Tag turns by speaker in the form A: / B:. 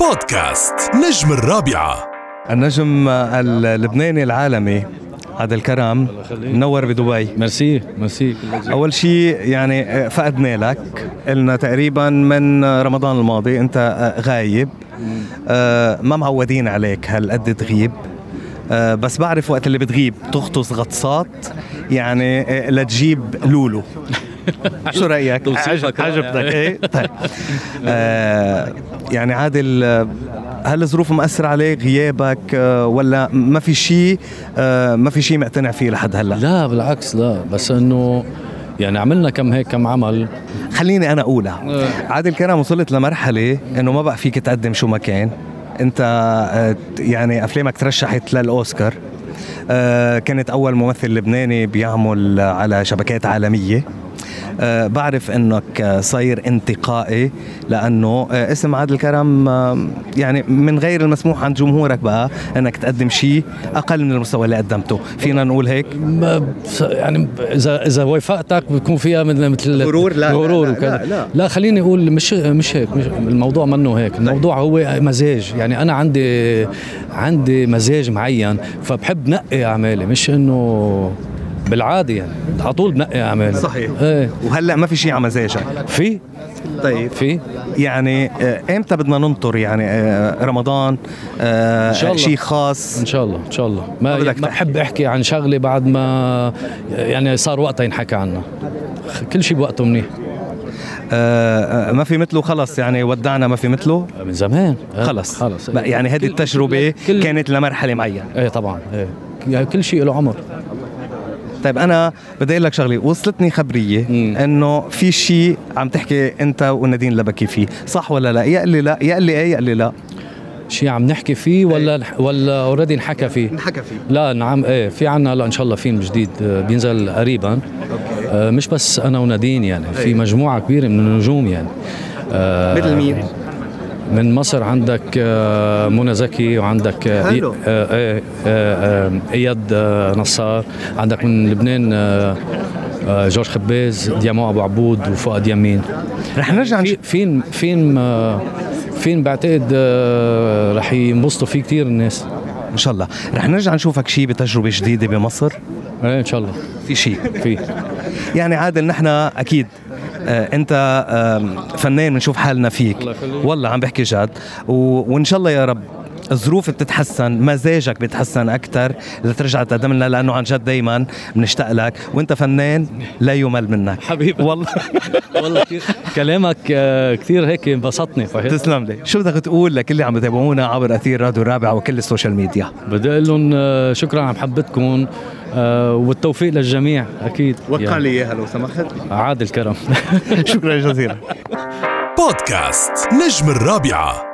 A: بودكاست نجم الرابعة
B: النجم اللبناني العالمي عادل كرم منور بدبي
C: ميرسي ميرسي
B: اول شيء يعني فقدنا لك قلنا تقريبا من رمضان الماضي انت غايب آه، ما معودين عليك هالقد تغيب آه، بس بعرف وقت اللي بتغيب تغطس غطسات يعني آه، لتجيب لولو شو رايك؟
C: توصيفك رائع.
B: عجبتك ايه طيب آه، يعني عادل آه، هل الظروف مأثرة عليك غيابك آه، ولا ما في شيء آه، ما في شيء معتنع فيه لحد هلا؟
C: لا بالعكس لا بس انه يعني عملنا كم هيك كم عمل
B: خليني انا اقولها عادل كرم وصلت لمرحله انه ما بقى فيك تقدم شو ما كان انت آه، يعني افلامك ترشحت للاوسكار آه، كانت اول ممثل لبناني بيعمل على شبكات عالميه آه، بعرف انك آه، صاير انتقائي لانه آه، اسم عادل كرم آه، يعني من غير المسموح عند جمهورك بقى انك تقدم شيء اقل من المستوى اللي قدمته فينا نقول هيك
C: ما بس- يعني ب- اذا اذا وافقتك بتكون فيها مثل مثل
B: غرور؟ لا، لا،
C: غرور
B: لا،
C: وكذا
B: لا، لا. طيب.
C: لا خليني اقول مش مش هيك مش الموضوع منه هيك الموضوع هو مزاج يعني انا عندي عندي مزاج معين فبحب نقي اعمالي مش انه بالعادي يعني على طول بنقي اعمالي
B: صحيح.
C: ايه
B: وهلا ما في شيء على مزاجك
C: في
B: طيب
C: في
B: يعني آه، امتى بدنا ننطر يعني آه، رمضان آه،
C: إن شاء الله.
B: شيء خاص
C: ان شاء الله ان شاء الله ما يعني
B: ما بدك
C: ما
B: تحكي.
C: بحب احكي عن شغله بعد ما يعني صار وقتها ينحكى عنها خ- كل شيء بوقته منيح
B: آه، آه، ما في مثله خلص يعني ودعنا ما في مثله
C: من زمان آه،
B: خلص
C: خلص
B: بقى يعني هذه
C: كل-
B: التجربة
C: كل-
B: كانت لمرحلة معينة
C: ايه طبعا ايه يعني كل شيء له عمر
B: طيب أنا بدي أقول لك شغلة وصلتني خبرية
C: مم.
B: إنه في شيء عم تحكي أنت ونادين لبكي فيه صح ولا لا يا اللي لا يا اللي إيه يا اللي لا
C: شيء عم نحكي فيه ولا نح- ولا اوريدي انحكى فيه
B: انحكى فيه
C: لا نعم ايه في عنا هلا ان شاء الله فيلم جديد آه، بينزل قريبا آه، مش بس انا ونادين يعني
B: إيه.
C: في مجموعه كبيره من النجوم يعني آه،
B: مثل مين؟
C: من مصر عندك آه، منى زكي وعندك آه،
B: حلو.
C: إي- آه، آه، آه، آه، اياد آه، نصار عندك من لبنان آه، آه، جورج خباز ديامو ابو عبود وفؤاد يمين
B: رح نرجع نش-
C: في- فين فين آه، فين بعتقد آه، رح ينبسطوا فيه كثير الناس
B: إن شاء الله رح نرجع نشوفك شيء بتجربة جديدة بمصر
C: ايه ان شاء الله
B: في شيء
C: في
B: يعني عادل نحن اكيد آه، انت آم، فنان بنشوف حالنا فيك
C: الله يخليك.
B: والله عم بحكي جد و... وان شاء الله يا رب الظروف بتتحسن مزاجك بيتحسن اكثر لترجع تقدم لنا لانه عن جد دائما بنشتاق لك وانت فنان لا يمل منك
C: حبيبي
B: والله
C: والله كتير كلامك كثير هيك انبسطني فهيك
B: تسلم لي شو بدك تقول لكل اللي عم يتابعونا عبر اثير راديو الرابع وكل السوشيال ميديا
C: بدي اقول لهم آه، شكرا على محبتكم آه، والتوفيق للجميع اكيد يعني
B: اياها لو سمحت
C: عادل كرم
B: شكرا جزيلا
A: بودكاست نجم الرابعة